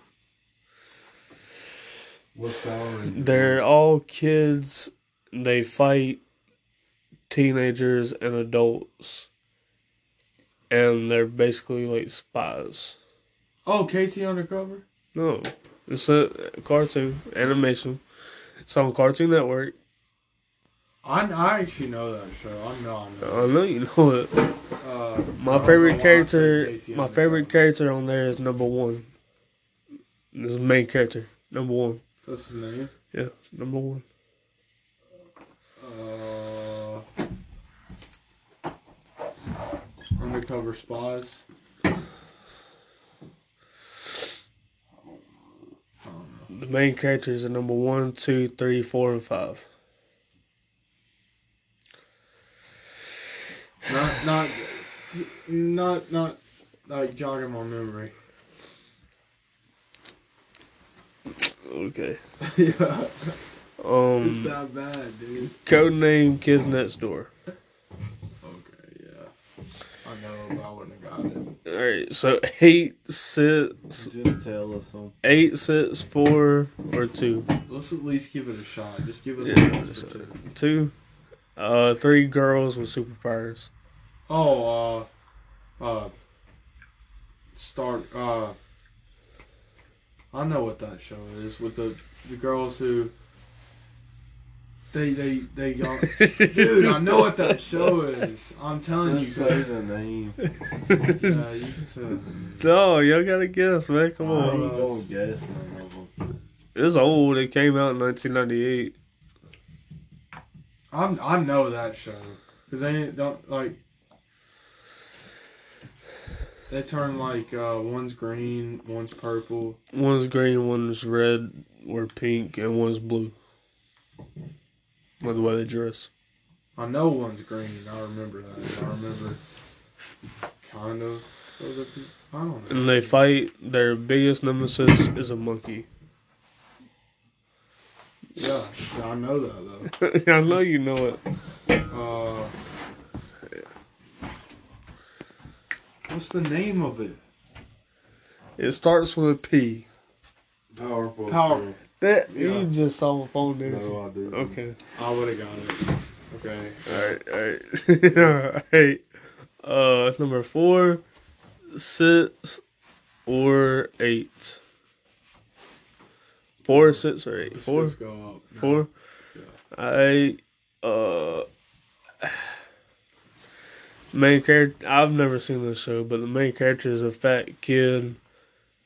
S3: What Power Rangers?
S2: They're all kids. They fight teenagers and adults. And they're basically like spies.
S1: Oh, Casey Undercover.
S2: No, it's a cartoon animation. It's on Cartoon Network.
S1: I, I actually know that show. I know. I know.
S2: I know you know it.
S1: Uh, I don't
S2: My
S1: know why I
S2: favorite
S1: said
S2: character,
S1: Casey
S2: my
S1: Undercover.
S2: favorite character on there is number one. This is the main character, number one.
S1: That's his name.
S2: Yeah, number one.
S1: Uh, undercover spies.
S2: The main characters are number one, two, three, four, and five.
S1: Not not not not like jogging my memory.
S2: Okay.
S1: yeah, it's
S2: Um,
S1: not bad, dude.
S2: code name Kids Next Door.
S1: Okay, yeah. I know, but I wouldn't have got it.
S2: All right, so eight six
S3: Just tell us something.
S2: eight six four or two
S1: Let's at least give it a shot. Just give us
S2: Yeah,
S1: a chance
S2: just,
S1: for two.
S2: two. Uh, three girls with superpowers.
S1: Oh, uh, uh, Star. Uh, I know what that show is with the the girls who. They they they got dude. I know what that show is. I'm telling
S3: Just
S1: you.
S3: say the name.
S1: guys. Yeah, you can say that.
S2: No, y'all gotta guess, man. Come
S3: I
S2: on,
S3: ain't gonna guess none of 'em.
S2: it's old. It came out in 1998.
S1: I'm I know that show because they didn't- don't like. They turn like uh, one's green, one's purple.
S2: One's green, one's red or pink, and one's blue. By the way they dress.
S1: I know one's green. I remember that. I remember kind of. other peop- I don't know.
S2: And they fight. Their biggest nemesis is a monkey.
S1: Yeah, I know that
S2: I know you know it.
S1: though. Uh, what's the name of it?
S2: It starts with a P.
S3: Powerful.
S1: Power.
S2: That
S1: Yeah.
S2: you just saw a phone there.
S3: No, I didn't.
S2: Okay.
S1: I would have got it. Okay.
S2: Alright, alright. alright. Uh number four, six, or eight. Four, six, or eight.
S1: Let's
S2: Four?
S1: just go up.
S2: Four? I uh main character I've never seen this show, but the main character is a fat kid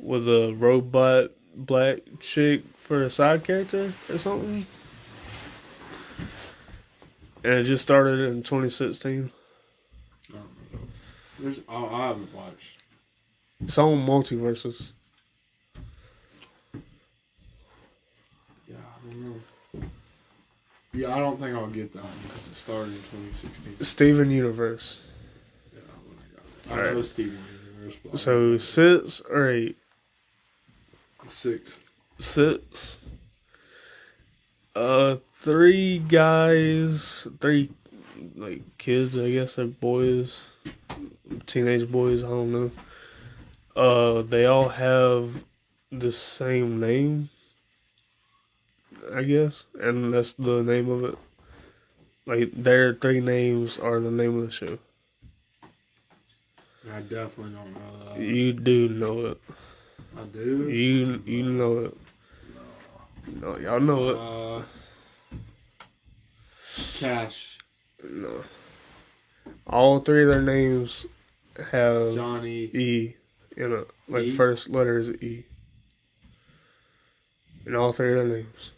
S2: with a robot black chick for a side character or something. And it just started in 2016.
S1: I don't know. There's. Oh, I haven't watched.
S2: It's on multiverses.
S1: Yeah, I don't know. Yeah, I don't think I'll get that one because it started in 2016.
S2: Steven Universe.
S1: Yeah, I wouldn't have got it. I
S2: Alright.
S1: know Steven Universe. but I
S2: So six or eight.
S1: six.
S2: six uh three guys three like kids i guess they're boys teenage boys i don't know uh they all have the same name i guess and that's the name of it like their three names are the name of the show
S1: I definitely don't know that.
S2: you do know it
S1: I do.
S2: you you know it no y'all know it
S1: Uh, cash,
S2: No. All three of their names have
S1: Johnny.
S2: E in it. Like
S1: E?
S2: first letter is E. In all three of their names.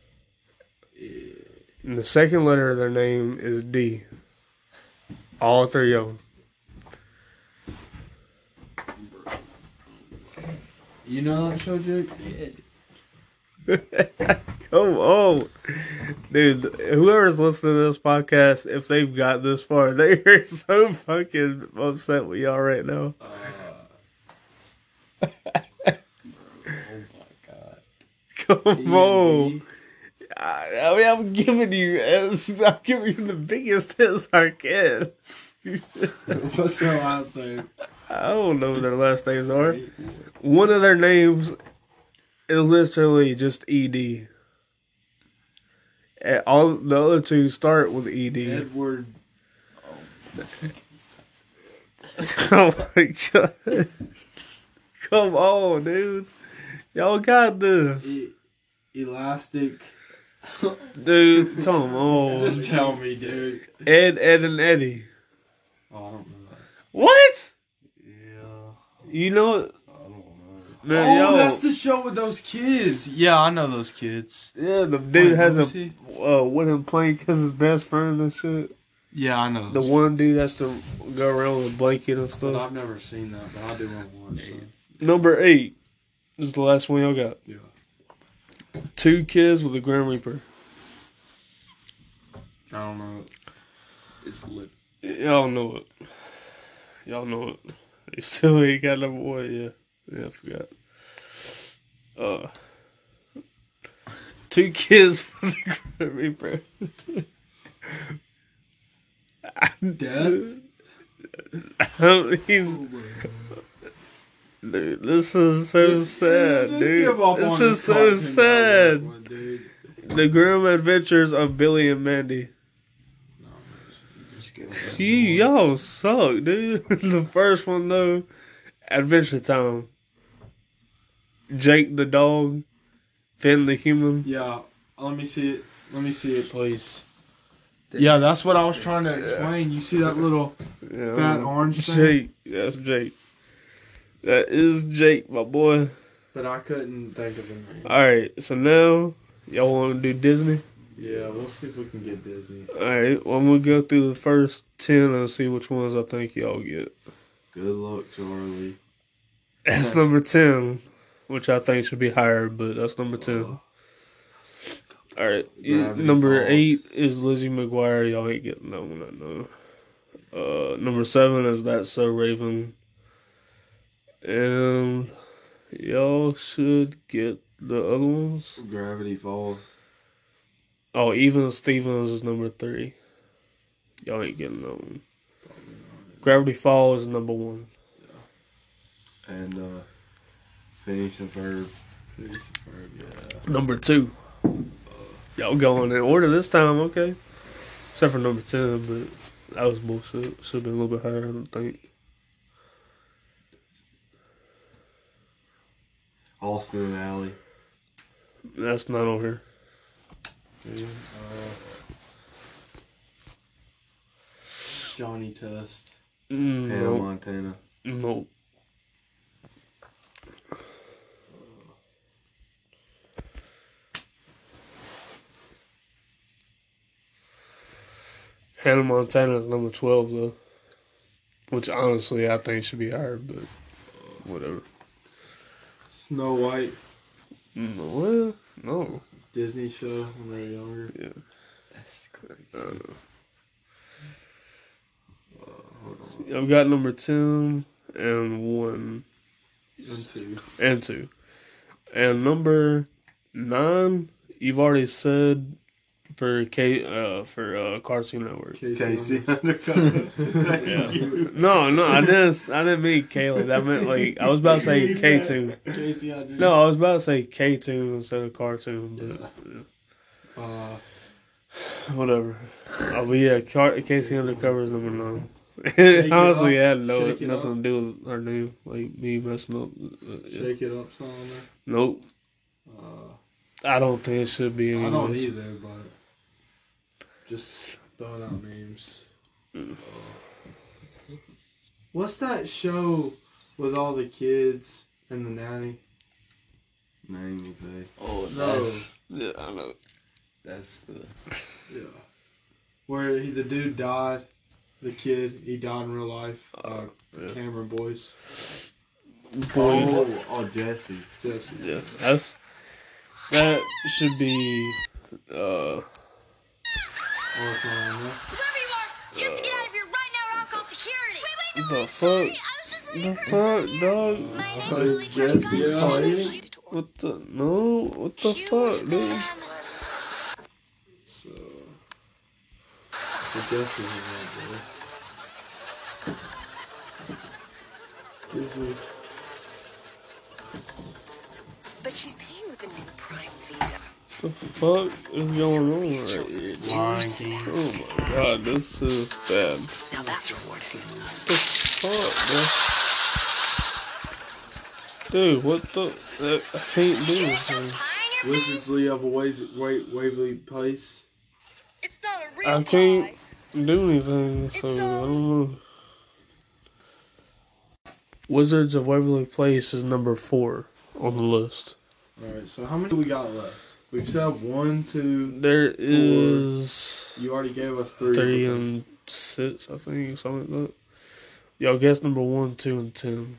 S2: And the second letter of their name is D. All three of them.
S1: You know that show, Jake?
S2: Oh, oh. Dude, whoever's listening to this podcast, if they've got this far, they're so fucking upset with y'all right now.
S1: Uh, oh my god.
S2: Come on.
S1: E&E?
S2: I, I mean, I'm giving you, as- I'm giving you the biggest hits I can.
S1: What's their last name?
S2: I don't know what their last names are. One of their names is literally just ED. And all the other two start with E ED.
S1: Edward.
S2: oh my god! Come on, dude. Y'all got this,
S1: E- Elastic.
S2: dude. Come on,
S1: Just tell me, dude.
S2: Ed, Ed, and Eddie.
S1: Oh, I don't know that.
S2: What?
S1: Yeah.
S2: You know,
S3: I don't know.
S2: man.
S1: oh,
S2: y'all-
S1: that's the show with those kids. Yeah, I know those kids.
S2: Yeah, the dude
S1: Wait,
S2: has
S1: what
S2: a
S1: was he?
S2: uh, with him playing because his best friend and shit.
S1: Yeah, I know.
S2: The
S1: those
S2: one dude has to go around with a blanket and
S1: But
S2: stuff.
S1: I've never seen that, but I do want to watch that.
S2: Number eight is the last one y'all got.
S1: Yeah.
S2: Two kids with a Grim Reaper.
S1: I don't know. It's lit.
S2: Y'all know it. Y'all know it. They still ain't got number one. Yeah, yeah, I forgot. Uh, two kids for the Grammy, bro.
S1: Death?
S2: I mean,
S1: Oh my God.
S2: dude, this is so
S1: Just-
S2: sad,
S1: just
S2: dude.
S1: give up
S2: this
S1: on
S2: is so
S1: cartoon
S2: sad.
S1: network one, dude.
S2: The Grim Adventures of Billy and Mandy.
S1: No, just give up.
S2: You y'all suck, dude. the first one though, Adventure Time. Jake the dog, Finn the human.
S1: Yeah, let me see it. Let me see it, please. Yeah, that's what I was trying to explain. You see that little
S2: Yeah,
S1: fat orange thing?
S2: Jake, that's Jake. That is Jake, my boy.
S1: But I couldn't think of the name.
S2: All right, so now y'all want to do Disney?
S1: Yeah, we'll see if we can get Disney.
S2: All right, well, I'm gonna go through the first ten and see which ones I think y'all get.
S3: Good luck, Charlie.
S2: That's number ten, which I think should be higher, but that's number ten. All right, yeah,
S3: Gravity
S2: number
S3: Falls.
S2: eight is Lizzie McGuire. Y'all ain't getting that one, I know. Uh, number seven is that so Raven, and y'all should get the other ones.
S3: Gravity Falls.
S2: Oh, even Stevens is number three. Y'all ain't getting that one. Gravity Falls is number one.
S3: And uh finishing verb.
S2: Number two. Y'all going in order this time, okay. Except for number ten, but that was bullshit. Should have been a little bit higher, I don't think.
S3: Austin and Alley.
S2: That's not on here.
S1: Dude, uh, Johnny Test.
S2: Mm,
S3: Hannah
S2: no.
S3: Montana.
S2: No. Hannah Montana is number 12, though. Which, honestly, I think should be higher, but whatever.
S1: Snow White.
S2: No, Mm, well, no.
S1: Disney show when they were younger.
S2: Yeah.
S3: That's crazy.
S2: I don't know. I've got number 10 and 1
S1: And two.
S2: and 2. And number 9, you've already said for K uh for uh Cartoon Network.
S3: Casey Undercover. Thank
S2: Yeah.
S3: you.
S2: No, no, I didn't. I didn't mean Caleb. I meant like I was about to say K two.
S1: Casey Undercover.
S2: No, I was about to say K two instead of cartoon,
S1: Yeah.
S2: but
S1: Uh,
S2: whatever. Oh, but yeah, Car- Casey Undercover is number nine.
S1: It
S2: Honestly, I had no
S1: Shake It
S2: nothing
S1: Up.
S2: to do with her name, like me messing up. Uh, yeah.
S1: Shake It Up song. there.
S2: Nope,
S1: Uh,
S2: I don't think it should be.
S1: I
S2: Any
S1: don't
S2: less.
S1: either, but just throwing out names. What's that show with all the kids and the nanny?
S3: Name me Faith.
S4: Oh,
S1: No.
S4: that's
S2: Yeah, I know.
S4: that's the
S1: Yeah, where he, the dude died, the kid he died in real life. Uh,
S2: yeah.
S1: Cameron Boyce,
S2: Boy,
S3: Oh, oh, Jesse.
S1: Jesse.
S2: yeah, that's that should be. Uh,
S1: Oh, it's not on there.
S5: Whoever you are, you have to get out of here right now or I'll call security. Wait,
S2: the
S5: wait,
S2: fuck,
S5: I was just
S2: the fuck, dog.
S5: My
S1: Uh,
S5: name's Lily
S1: Jesse, yeah.
S5: Prescott. I'm just a
S2: What the no? What the
S5: huge
S2: fuck, dude?
S5: fan.
S1: So, the Jesse one, boy. Disney.
S6: But she's paying with a new prime visa.
S2: The fuck is going on right here? Oh my god, this is bad.
S6: Now that's rewarding.
S2: Fuck, bro. Dude, what the? I can't do
S5: Did you have
S2: this. man.
S5: champagne in your face?
S1: Wizardly of Wais- Wa- Waverly Place.
S5: It's not a real
S2: I can't do anything, so I
S5: It's, um,
S2: don't know. Wizards of Waverly Place is number four on the list.
S1: All right, so how many we got left? We've said one, two.
S2: There is
S1: You already gave us three.
S2: three and six, I think, something like that. Y'all guess number one, two, and ten.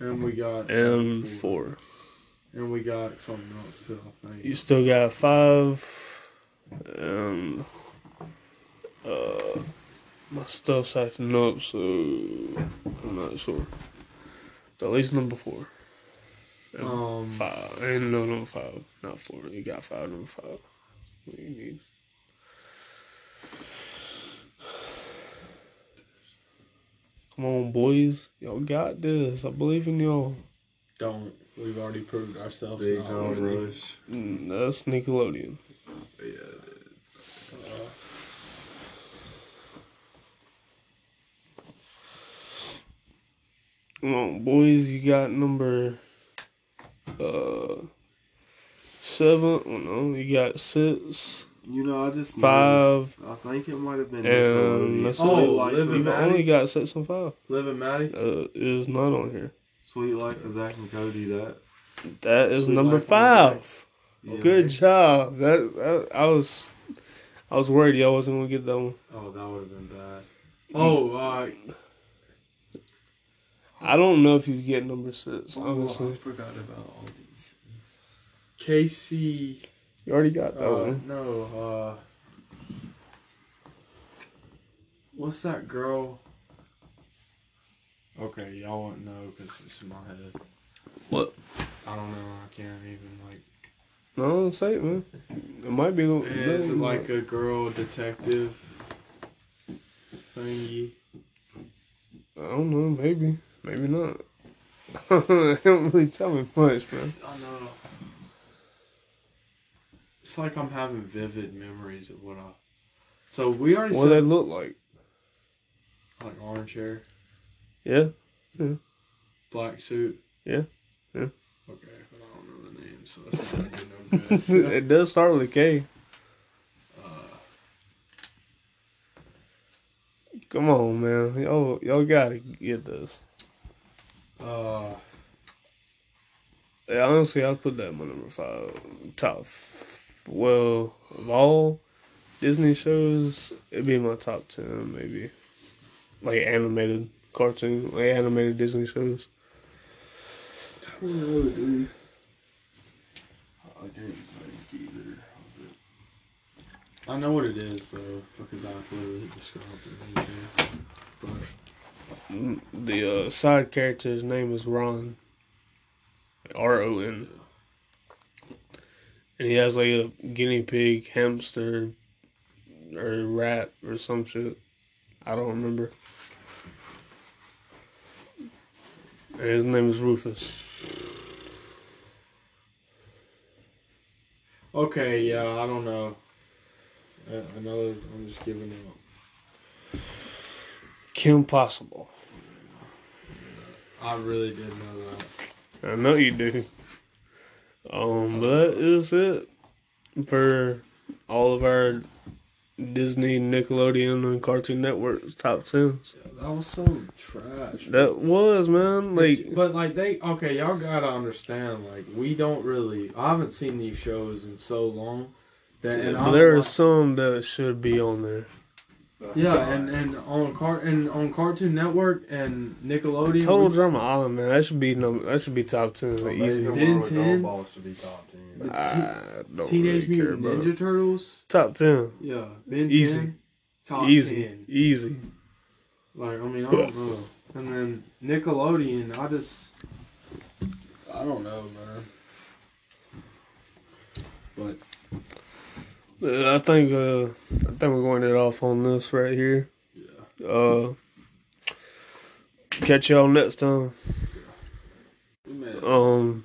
S1: and we got
S2: and four.
S1: and we got something else too. I think.
S2: You still got five, and uh, my stuff's acting up, so I'm not sure. At least number four.
S1: Um,
S2: Five. Ain't no number five. Not four. You got five number five. What do you need? Come on, boys. Y'all got this. I believe in y'all.
S1: don't. We've already proved ourselves.
S3: Big
S1: not
S3: John
S1: worthy.
S3: Rush.
S2: Mm, That's Nickelodeon.
S3: Yeah.
S2: Come on, boys. You got number uh seven. Oh, no. You got six.
S3: You know, I just
S2: Five.
S3: noticed- I think it might have been.
S2: And
S3: Nickelodeon.
S2: that's
S1: Oh,
S2: it.
S1: Life and
S2: You've
S1: Maddie?
S2: only got six and five.
S1: Liv and Maddie.
S2: Uh, it is not on here.
S3: Sweet Life of Zach and Cody. That.
S2: That is
S1: Sweet
S2: number
S1: Life on the
S2: five.
S3: Yeah.
S2: Good job. That, that I was, I was worried y'all wasn't gonna get that one.
S1: Oh, that would have been bad. Oh, uh,
S2: I don't know if you get number six.
S3: Oh, I
S2: Honestly,
S3: forgot about all these.
S1: Casey.
S2: you already got that
S1: Uh,
S2: one.
S1: no. Uh, what's that girl? Okay, y'all won't know because it's in my head.
S2: What?
S1: I don't know. I can't even like.
S2: No, it's eight, man. It might be. the-
S1: Is it like a girl detective thingy?
S2: I don't know. Maybe. Maybe not. they don't really tell me much, man.
S1: I know. It's like I'm having vivid memories of what I. So we already
S2: What they
S1: said
S2: look like?
S1: like orange hair,
S2: Yeah.
S1: black suit.
S2: Yeah, yeah.
S1: Okay, but I don't know the name, so that's not gonna do no good.
S2: it does start with a K.
S1: Uh,
S2: Come on, man. Y'all, y'all gotta get this.
S1: Uh,
S2: Yeah, honestly, I put that in my number five top. f- Well, of all Disney shows, it'd be my top ten, maybe. Like animated cartoon, like animated Disney shows.
S3: I don't know, dude. I didn't think either.
S1: I know what it is though, because I literally described it. right there. But
S2: Mm, The uh, side character's name is Ron. R O N. And he has like a guinea pig, hamster, or rat, or some shit. I don't remember. And his name is Rufus.
S1: okay, yeah, I don't know. Uh, another, I'm just giving up.
S2: Kim Possible.
S1: I really did know that.
S2: I know you do. Um, but that is it for all of our Disney, Nickelodeon, and Cartoon Network's top tens.
S1: Yeah, that was so trash.
S2: That was man, like
S1: but like they okay, y'all gotta understand. Like we don't really. I haven't seen these shows in so long. That and
S2: but
S1: I'm
S2: there are
S1: like-
S2: some that should be on there.
S1: yeah, and and on car and on Cartoon Network and Nickelodeon.
S2: Total
S1: was-
S2: Drama Island, man, that should be number. That should be top ten
S3: Oh,
S2: easy.
S1: Ben
S3: Ben
S1: 10?
S3: should be top
S1: the
S3: ten.
S1: te-
S2: I don't
S1: Teenage
S2: really care
S1: Mutant
S2: about.
S1: Ninja
S2: it.
S1: Turtles.
S2: Top ten,
S1: Yeah, Ben
S2: Easy.
S1: 10, top
S2: easy,
S1: 10.
S2: easy.
S1: Like I mean, I don't know. And then Nickelodeon, I just I don't know, man. But
S2: Uh, I think uh, I think we're going it off on this right here. Yeah. Uh, catch y'all next time. Um,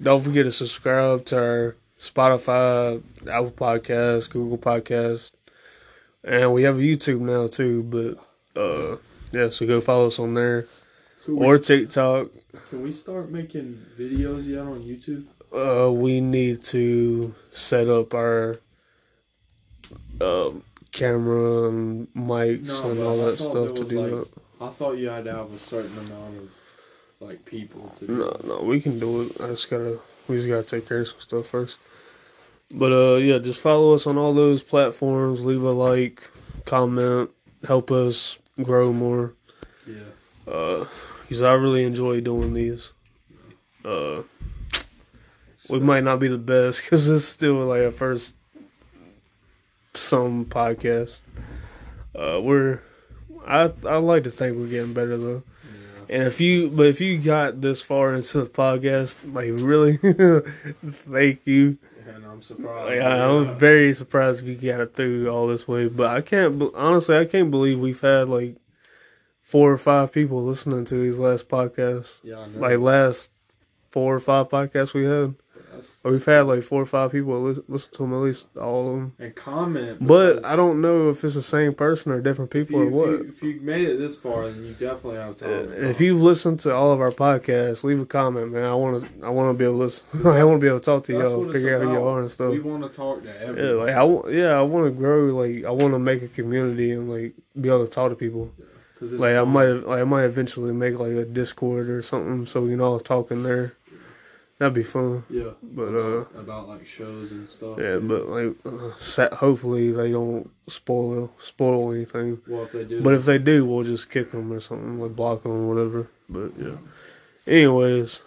S2: don't forget to subscribe to our Spotify, Apple Podcasts, Google Podcasts, and we have a YouTube now too. But uh, yeah, so go follow us on there
S1: so we-
S2: or TikTok.
S1: Can we start making videos yet on YouTube?
S2: uh, we need to set up our um, camera and mics
S1: No,
S2: and
S1: but
S2: all
S1: I thought
S2: that stuff
S1: there
S2: to
S1: was,
S2: do
S1: like,
S2: that.
S1: I thought you had to have a certain amount of like people to do.
S2: No, no, we can do it. I just gotta, we just gotta take care of some stuff first. But uh, yeah, just follow us on all those platforms. Leave a like, comment, help us grow more.
S1: Yeah.
S2: Uh, because I really enjoy doing these. Uh, we might not be the best because it's still like our first some podcast. Uh, we're I I like to think we're getting better though,
S1: Yeah.
S2: And if you, but if you got this far into the podcast, like really, thank you.
S1: And I'm surprised.
S2: Like, I, I'm very surprised we got it through all this way, but I can't. be- Honestly, I can't believe we've had like four or five people listening to these last podcasts.
S1: yeah, I know.
S2: Like last four or five podcasts we had,
S1: That's-
S2: or we've had like four or five people listen, listen to them at least all of them.
S1: and comment.
S2: But
S1: because
S2: I don't know if it's the same person or different
S1: If
S2: people
S1: you,
S2: or what.
S1: If you, if you made it this far, then you definitely have time.
S2: And if you've listened to all of our podcasts, leave a comment, man. I want to, I want to be able to, listen. I want to be able to talk to
S1: That's what
S2: y'all,
S1: it's
S2: figure out who
S1: about.
S2: you are and stuff.
S1: We want to talk to
S2: Yeah,
S1: everyone.
S2: like I, wa- yeah, I want to grow. Like I want to make a community and like be able to talk to people.
S1: 'cause it's
S2: Like I
S1: fun.
S2: might, like I might eventually make like a Discord or something, so we can all talk in there. That'd be fun.
S1: Yeah.
S2: But uh,
S1: About like shows and stuff.
S2: yeah, but like, uh, sa- hopefully they don't spoil spoil anything.
S1: Well, if they do.
S2: But if they do, we'll just kick them or something, like block them or whatever. But yeah. Anyways,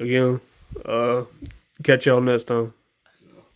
S2: again, uh, catch y'all next time.